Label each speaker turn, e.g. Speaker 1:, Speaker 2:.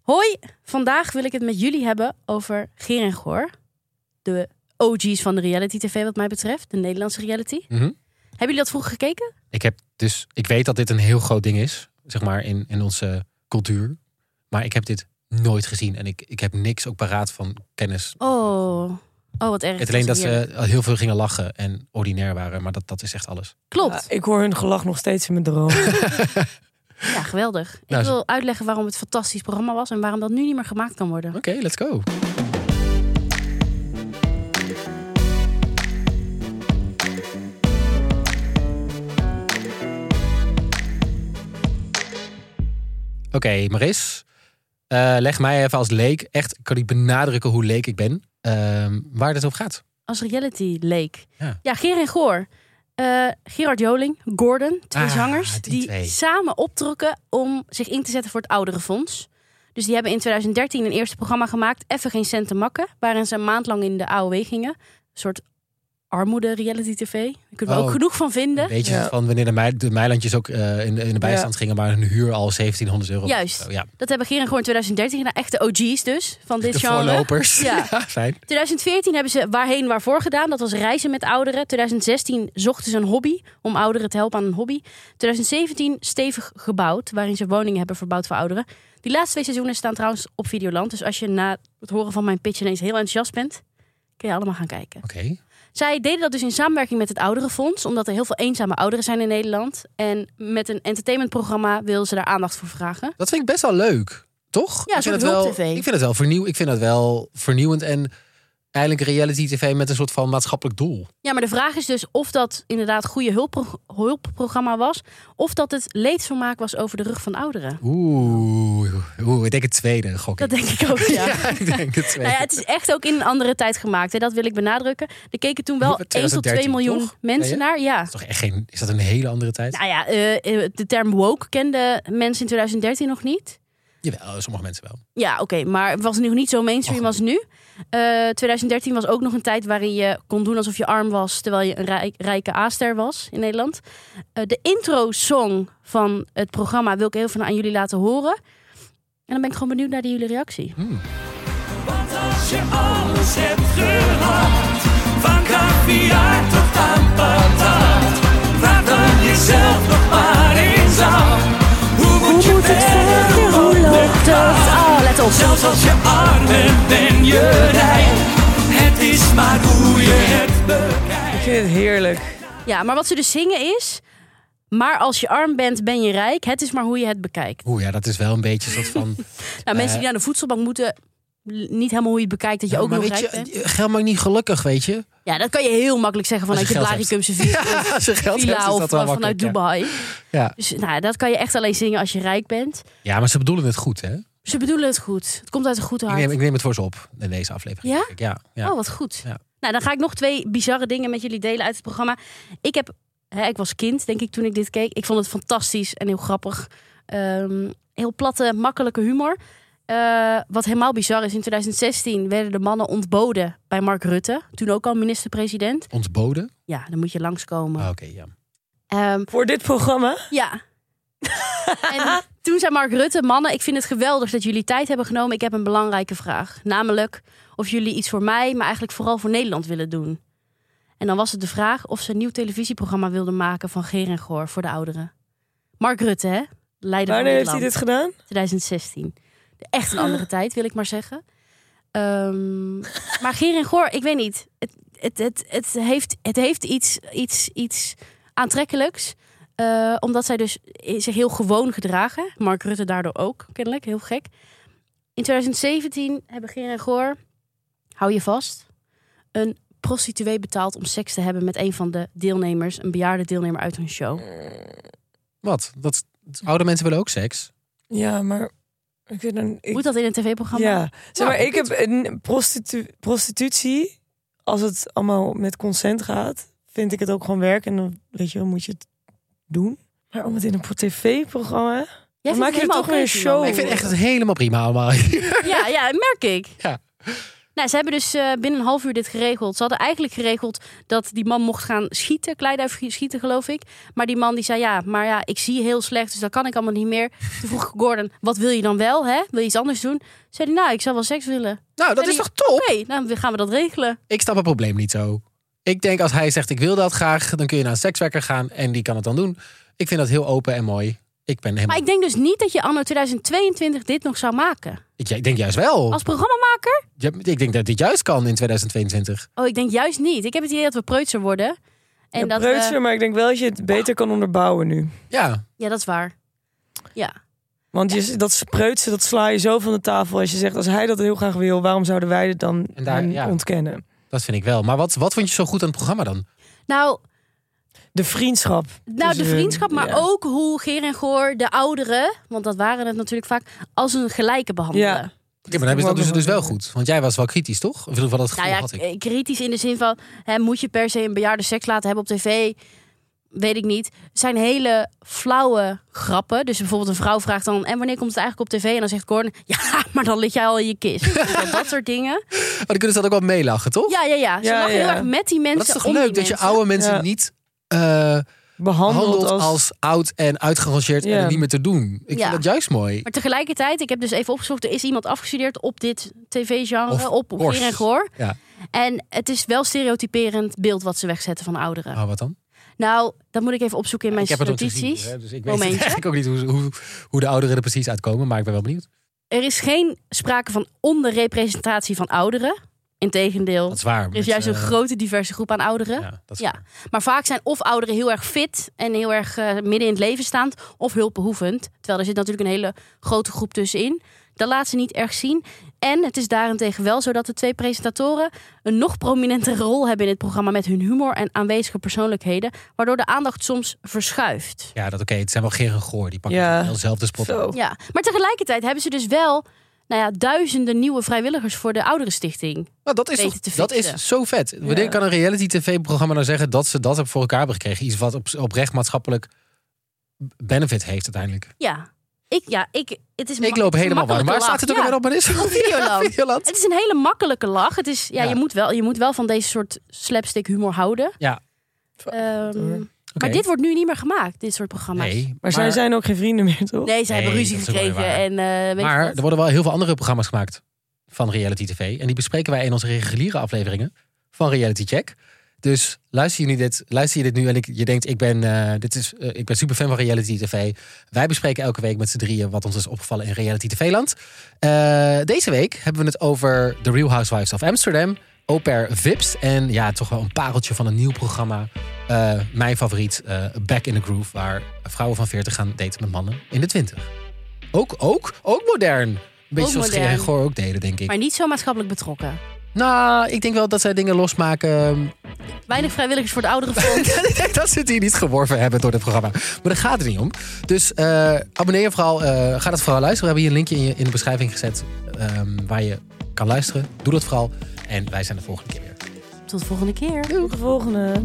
Speaker 1: Hoi, vandaag wil ik het met jullie hebben over Geer en Goor. De OG's van de reality tv wat mij betreft, de Nederlandse reality.
Speaker 2: Mhm.
Speaker 1: Hebben jullie dat vroeger gekeken?
Speaker 2: Ik heb dus, ik weet dat dit een heel groot ding is, zeg maar, in, in onze cultuur. Maar ik heb dit nooit gezien en ik, ik heb niks ook paraat van kennis.
Speaker 1: Oh, oh wat erg.
Speaker 2: Het alleen dat
Speaker 1: heerlijk.
Speaker 2: ze heel veel gingen lachen en ordinair waren, maar dat, dat is echt alles.
Speaker 1: Klopt,
Speaker 3: Ja, ik hoor hun gelach nog steeds in mijn droom.
Speaker 1: ja, geweldig.
Speaker 2: Nou,
Speaker 1: ik
Speaker 2: ze-
Speaker 1: wil uitleggen waarom het een fantastisch programma was en waarom dat nu niet meer gemaakt kan worden.
Speaker 2: Oké, let's go. Oké, Maris. eh, leg mij even als leek. Echt, kan ik benadrukken hoe leek ik ben. ehm, waar dit op gaat.
Speaker 1: Als reality leek.
Speaker 2: Ja.
Speaker 1: Geer en Goor. Eh, Gerard Joling, Gordon, twee
Speaker 2: Ah,
Speaker 1: zangers,
Speaker 2: die
Speaker 1: die
Speaker 2: twee.
Speaker 1: samen optrokken om zich in te zetten voor het ouderenfonds. Dus die hebben in 2013 een eerste programma gemaakt, Even geen cent te makken, waarin ze een maand lang in de AOW gingen. Een soort armoede reality tv. Daar kunnen we
Speaker 2: Oh.
Speaker 1: ook genoeg van vinden.
Speaker 2: Weet je,
Speaker 3: Ja.
Speaker 2: van wanneer de, mei, de meilandjes ook eh, in, de- in de bijstand gingen, maar hun huur al 1700 euro.
Speaker 1: Juist.
Speaker 2: Zo, ja.
Speaker 1: Dat hebben Geer en Goor in 2013 gedaan. Echte OG's dus, van dit
Speaker 2: De
Speaker 1: genre.
Speaker 2: voorlopers.
Speaker 1: Ja.
Speaker 2: fijn.
Speaker 1: 2014 hebben ze Waarheen Waarvoor gedaan. Dat was reizen met ouderen. 2016 zochten ze een hobby om ouderen te helpen aan een hobby. 2017 Stevig Gebouwd, waarin ze woningen hebben verbouwd voor ouderen. Die laatste twee seizoenen staan trouwens op Videoland. Dus als je na het horen van mijn pitch ineens heel enthousiast bent, kun je allemaal gaan kijken.
Speaker 2: Oké.
Speaker 1: Zij deden dat dus in samenwerking met het Ouderenfonds, omdat er heel veel eenzame ouderen zijn in Nederland. En met een entertainmentprogramma wil ze daar aandacht voor vragen.
Speaker 2: Dat vind ik best wel leuk, toch?
Speaker 1: Ja, een
Speaker 2: ik vind
Speaker 1: soort
Speaker 2: het wel,
Speaker 1: hulp-tv.
Speaker 2: Ik vind het wel vernieuw. Ik vind het wel vernieuwend en eigenlijk reality tv met een soort van maatschappelijk doel.
Speaker 1: Ja, maar de vraag is dus of dat inderdaad goede hulppro- hulpprogramma was. Of dat het leedvermaak was over de rug van ouderen.
Speaker 2: Oeh, oeh ik denk het tweede gok.
Speaker 1: Dat
Speaker 2: ik.
Speaker 1: denk ik ook, ja.
Speaker 2: Ja, ik denk het tweede.
Speaker 1: Nou ja, het is echt ook in een andere tijd gemaakt. Hè? Dat wil ik benadrukken. Er keken toen wel
Speaker 2: Ongeveer
Speaker 1: 1 tot 2
Speaker 2: 2013,
Speaker 1: miljoen
Speaker 2: toch?
Speaker 1: mensen
Speaker 2: Ja, ja.
Speaker 1: naar. Ja.
Speaker 2: is toch echt geen. Is dat een hele andere tijd?
Speaker 1: Nou ja, eh, eh, de term woke kenden mensen in 2013 nog niet.
Speaker 2: Jawel, sommige mensen wel.
Speaker 1: Ja, oké, maar het was nog niet zo mainstream
Speaker 2: Och.
Speaker 1: als nu. Eh, 2013 was ook nog een tijd waarin je kon doen alsof je arm was... terwijl je een rijk- rijke A-ster was in Nederland. Eh, de intro-song van het programma wil ik heel even aan jullie laten horen. En dan ben ik gewoon benieuwd naar die jullie
Speaker 2: Hm?
Speaker 1: reactie.
Speaker 4: Want als je alles hebt gehad, van caviar tot aan patat, vraag dan jezelf nog maar eens af. Hoe moet je verder, hoe loopt dat Ah,
Speaker 1: Oh, let op.
Speaker 4: Zelfs als je arm bent en je rijk, het is maar hoe je het bekijkt.
Speaker 3: Ik vind het heerlijk.
Speaker 1: Ja, maar wat ze dus zingen is... Maar als je arm bent, ben je rijk. Het is maar hoe je het bekijkt.
Speaker 2: Oeh, ja, dat is wel een beetje een soort van.
Speaker 1: Nou, mensen die naar de voedselbank moeten... l- Niet helemaal hoe je het bekijkt, dat je ook
Speaker 2: Eh. maar
Speaker 1: nog
Speaker 2: weet
Speaker 1: rijk bent.
Speaker 2: je, geld maakt niet gelukkig, weet je?
Speaker 1: Ja, dat kan je heel makkelijk zeggen
Speaker 2: Als
Speaker 1: vanuit je
Speaker 2: je geld
Speaker 1: Blaricumse villa
Speaker 2: Als je geld hebt, is
Speaker 1: of eh,
Speaker 2: dat wel
Speaker 1: vanuit
Speaker 2: makkelijk, ja.
Speaker 1: Dubai.
Speaker 2: Ja.
Speaker 1: Dus nou, dat kan je echt alleen zingen als je rijk bent. Dus
Speaker 2: ja, maar ze bedoelen het goed, hè?
Speaker 1: Ze bedoelen het goed. Het komt uit een goed
Speaker 2: Ik
Speaker 1: hart.
Speaker 2: neem, ik neem het voor ze op in deze aflevering.
Speaker 1: Ja?
Speaker 2: denk ik. Ja, ja.
Speaker 1: Oh, wat goed.
Speaker 2: Ja.
Speaker 1: Nou, dan ga ik nog twee bizarre dingen met jullie delen uit het programma. Ik heb, hè, ik was kind, denk ik, toen ik dit keek. Ik vond het fantastisch en heel grappig. Ehm, heel platte, makkelijke humor. Eh, wat helemaal bizar is, in 2016 werden de mannen ontboden bij Mark Rutte. Toen ook al minister-president.
Speaker 2: Ontboden.
Speaker 1: Ja, dan moet je langskomen.
Speaker 2: Ah, Oké, ja.
Speaker 1: Ehm,
Speaker 3: Voor dit programma?
Speaker 1: Ja. en toen zei Mark Rutte, mannen, ik vind het geweldig dat jullie tijd hebben genomen. Ik heb een belangrijke vraag. Namelijk of jullie iets voor mij, maar eigenlijk vooral voor Nederland willen doen. En dan was het de vraag of ze een nieuw televisieprogramma wilden maken van Ger en Goor voor de ouderen. Mark Rutte, hè? Leider van
Speaker 3: Wanneer heeft
Speaker 1: Nederland.
Speaker 3: hij dit gedaan?
Speaker 1: 2016. Echt een andere tijd, wil ik maar zeggen. Ehm, maar Ger en Goor, ik weet niet. Het, het, het, het heeft, het heeft iets, iets, iets aantrekkelijks. Eh, omdat zij dus zich heel gewoon gedragen. Mark Rutte daardoor ook, kennelijk. Heel gek. In 2017 hebben Geer en Goor, hou je vast, een prostituee betaald om seks te hebben met een van de deelnemers. Een bejaarde deelnemer uit hun show.
Speaker 2: Wat? Dat, oude mensen willen ook seks.
Speaker 3: Ja, maar... Ik weet dan, ik,
Speaker 1: Moet dat in een tv-programma?
Speaker 3: ja, zeg maar,
Speaker 2: Ja,
Speaker 3: ik heb een prostitu- prostitutie. Als het allemaal met consent gaat, vind ik het ook gewoon werk. En dan, weet je wel, moet je het doen. Maar om het in een tv-programma...
Speaker 1: Jij
Speaker 3: Dan maak
Speaker 1: vindt
Speaker 3: je
Speaker 1: het helemaal
Speaker 3: toch weer
Speaker 1: oké,
Speaker 3: een show.
Speaker 1: Simon.
Speaker 2: Ik vind het echt helemaal prima allemaal.
Speaker 1: Ja, ja, merk ik.
Speaker 2: ja.
Speaker 1: Nou, ze hebben dus eh, binnen een half uur dit geregeld. Ze hadden eigenlijk geregeld dat die man mocht gaan schieten, kleiduif schieten geloof ik. Maar die man die zei ja, maar ja, ik zie heel slecht, dus dat kan ik allemaal niet meer. Toen vroeg ik Gordon, wat wil je dan wel, hè? Wil je iets anders doen? Zei hij, nou, ik zou wel seks willen.
Speaker 2: Nou, dat
Speaker 1: En
Speaker 2: is
Speaker 1: die-
Speaker 2: toch top?
Speaker 1: Oké, nou dan gaan we dat regelen.
Speaker 2: Ik snap het probleem niet zo. Ik denk als hij zegt ik wil dat graag, dan kun je naar een sekswerker gaan en die kan het dan doen. Ik vind dat heel open en mooi. Ik ben helemaal.
Speaker 1: Maar
Speaker 2: Ik,
Speaker 1: ik denk dus niet dat je anno 2022 dit nog zou maken.
Speaker 2: ja, ik denk juist wel.
Speaker 1: Als programmamaker?
Speaker 2: Ja, ik denk dat dit juist kan in 2022.
Speaker 1: Oh, ik denk juist niet. Ik heb het idee dat we preutser worden. En
Speaker 3: Ja,
Speaker 1: dat eh, we-
Speaker 3: preutser, maar ik denk wel dat je het beter kan onderbouwen nu.
Speaker 2: Ja,
Speaker 1: Ja, dat is waar. Ja.
Speaker 3: Want je, dat spreutsen, dat sla je zo van de tafel. Als je zegt, als hij dat heel graag wil, waarom zouden wij het dan
Speaker 2: En daar-
Speaker 3: hem
Speaker 2: ja.
Speaker 3: ontkennen?
Speaker 2: dat vind ik wel. Maar wat, wat vond je zo goed aan het programma dan?
Speaker 1: Nou,
Speaker 3: De vriendschap.
Speaker 1: nou de
Speaker 3: tussen hun,
Speaker 1: vriendschap, maar
Speaker 3: Dus, eh, ja.
Speaker 1: ook hoe Geer en Goor de ouderen, want dat waren het natuurlijk vaak, als een gelijke behandelen.
Speaker 3: Ja.
Speaker 2: Ja, maar dan hebben ze dat
Speaker 3: ook
Speaker 2: dus,
Speaker 3: nog
Speaker 2: dus
Speaker 3: wel
Speaker 2: wel goed. Want jij was wel kritisch, toch? Of in ieder geval dat gevoel
Speaker 1: Nou ja,
Speaker 2: had ik.
Speaker 1: eh, kritisch in de zin van, hè, moet je per se een bejaarde seks laten hebben op tv? Weet ik niet. Het zijn hele flauwe grappen. Dus bijvoorbeeld een vrouw vraagt dan, en wanneer komt het eigenlijk op tv? En dan zegt Gordon, ja, maar dan lig jij al in je kist. Dus dat soort dingen.
Speaker 2: Maar dan kunnen ze dat ook wel meelachen, toch?
Speaker 1: Ja, ja, ja. Ze
Speaker 3: Ja,
Speaker 1: lachen heel
Speaker 3: ja.
Speaker 1: erg met die mensen
Speaker 2: Maar dat is toch
Speaker 1: om
Speaker 2: leuk
Speaker 1: die
Speaker 2: dat je
Speaker 1: mensen.
Speaker 2: oude mensen
Speaker 3: Ja.
Speaker 2: niet eh
Speaker 3: Behandeld,
Speaker 2: handelt als...
Speaker 3: als...
Speaker 2: oud en uitgerangeerd en
Speaker 3: Ja.
Speaker 2: er niet meer te doen. Ik
Speaker 1: Ja.
Speaker 2: vind dat juist mooi.
Speaker 1: Maar tegelijkertijd, ik heb dus even opgezocht, er is iemand afgestudeerd op dit tv-genre,
Speaker 2: Of
Speaker 1: op
Speaker 2: course.
Speaker 1: Geer en Goor.
Speaker 2: Ja.
Speaker 1: En het is wel stereotyperend beeld wat ze wegzetten van ouderen.
Speaker 2: Oh, wat dan?
Speaker 1: Nou, dat moet ik even opzoeken in mijn
Speaker 2: ik heb het nog niet
Speaker 1: notities.
Speaker 2: gezien, hè, dus ik weet
Speaker 1: Momentje.
Speaker 2: eigenlijk ook niet hoe, hoe, hoe de ouderen er precies uitkomen, maar ik ben wel benieuwd.
Speaker 1: Er is geen sprake van onderrepresentatie van ouderen. Integendeel,
Speaker 2: Dat is waar. eh,
Speaker 1: er is juist een grote diverse groep aan ouderen.
Speaker 2: Ja, dat is
Speaker 1: Ja.
Speaker 2: waar.
Speaker 1: Maar vaak zijn of ouderen heel erg fit en heel erg eh, midden in het leven staand, of hulpbehoevend. Terwijl er zit natuurlijk een hele grote groep tussenin. Dat laat ze niet erg zien. En het is daarentegen wel zo dat de twee presentatoren een nog prominentere rol hebben in het programma met hun humor en aanwezige persoonlijkheden, waardoor de aandacht soms verschuift.
Speaker 2: Ja, dat oké. het zijn wel Geer en Goor. Die pakken
Speaker 3: Ja.
Speaker 2: wel zelf de spot.
Speaker 3: Zo.
Speaker 1: Ja, maar tegelijkertijd hebben ze dus wel nou ja, duizenden nieuwe vrijwilligers voor de Ouderenstichting.
Speaker 2: Nou, dat is,
Speaker 1: Weten
Speaker 2: toch,
Speaker 1: te
Speaker 2: dat
Speaker 1: fixen.
Speaker 2: is zo vet. Wanneer kan een reality tv-programma nou zeggen dat ze dat hebben voor elkaar hebben gekregen? Iets wat op, oprecht maatschappelijk benefit heeft uiteindelijk.
Speaker 1: Ja, ik, ja, ik, het is
Speaker 2: Ik loop helemaal warm. Maar staat het ook
Speaker 1: weer
Speaker 2: weer op mijn is?
Speaker 1: Videoland.
Speaker 2: Videoland.
Speaker 1: Het is een hele makkelijke lach. Het is, ja,
Speaker 2: Ja.
Speaker 1: Je, moet wel, je moet wel van deze soort slapstick humor houden.
Speaker 2: Ja.
Speaker 1: Ehm,
Speaker 2: Oké.
Speaker 1: Maar dit wordt nu niet meer gemaakt, dit soort programma's.
Speaker 2: Nee,
Speaker 3: Maar zij zijn ook geen vrienden meer, toch?
Speaker 1: Nee, ze
Speaker 2: Nee,
Speaker 1: hebben ruzie
Speaker 2: dat is ook wel
Speaker 1: gekregen.
Speaker 2: weer
Speaker 1: En, eh, weet je
Speaker 2: maar
Speaker 1: wat?
Speaker 2: er worden wel heel veel andere programma's gemaakt van reality tv. En die bespreken wij in onze reguliere afleveringen van Reality Check. Dus luister je, dit, luister je dit nu en ik, je denkt, ik ben, eh, dit is, eh, ik ben super fan van reality tv. Wij bespreken elke week met z'n drieën wat ons is opgevallen in reality tv-land. Eh, deze week hebben we het over The Real Housewives of Amsterdam. Au pair Vips en ja, toch wel een pareltje van een nieuw programma. Eh, mijn favoriet, eh, Back in the Groove, waar vrouwen van 40 gaan daten met mannen in de 20. Ook, ook, ook modern. Een beetje
Speaker 1: Ook
Speaker 2: zoals Geer en
Speaker 1: modern.
Speaker 2: Goor ook deden, denk ik.
Speaker 1: Maar niet zo maatschappelijk betrokken.
Speaker 2: Nou, ik denk wel dat zij dingen losmaken.
Speaker 1: Weinig vrijwilligers voor de ouderenfonds.
Speaker 2: dat ze het hier niet geworven hebben door dit programma. Maar daar gaat het niet om. Dus eh, abonneer je vooral. eh, ga dat vooral luisteren. We hebben hier een linkje in, je, in de beschrijving gezet ehm, waar je kan luisteren. Doe dat vooral. En wij zijn de volgende keer weer.
Speaker 1: Tot de volgende keer.
Speaker 3: De volgende.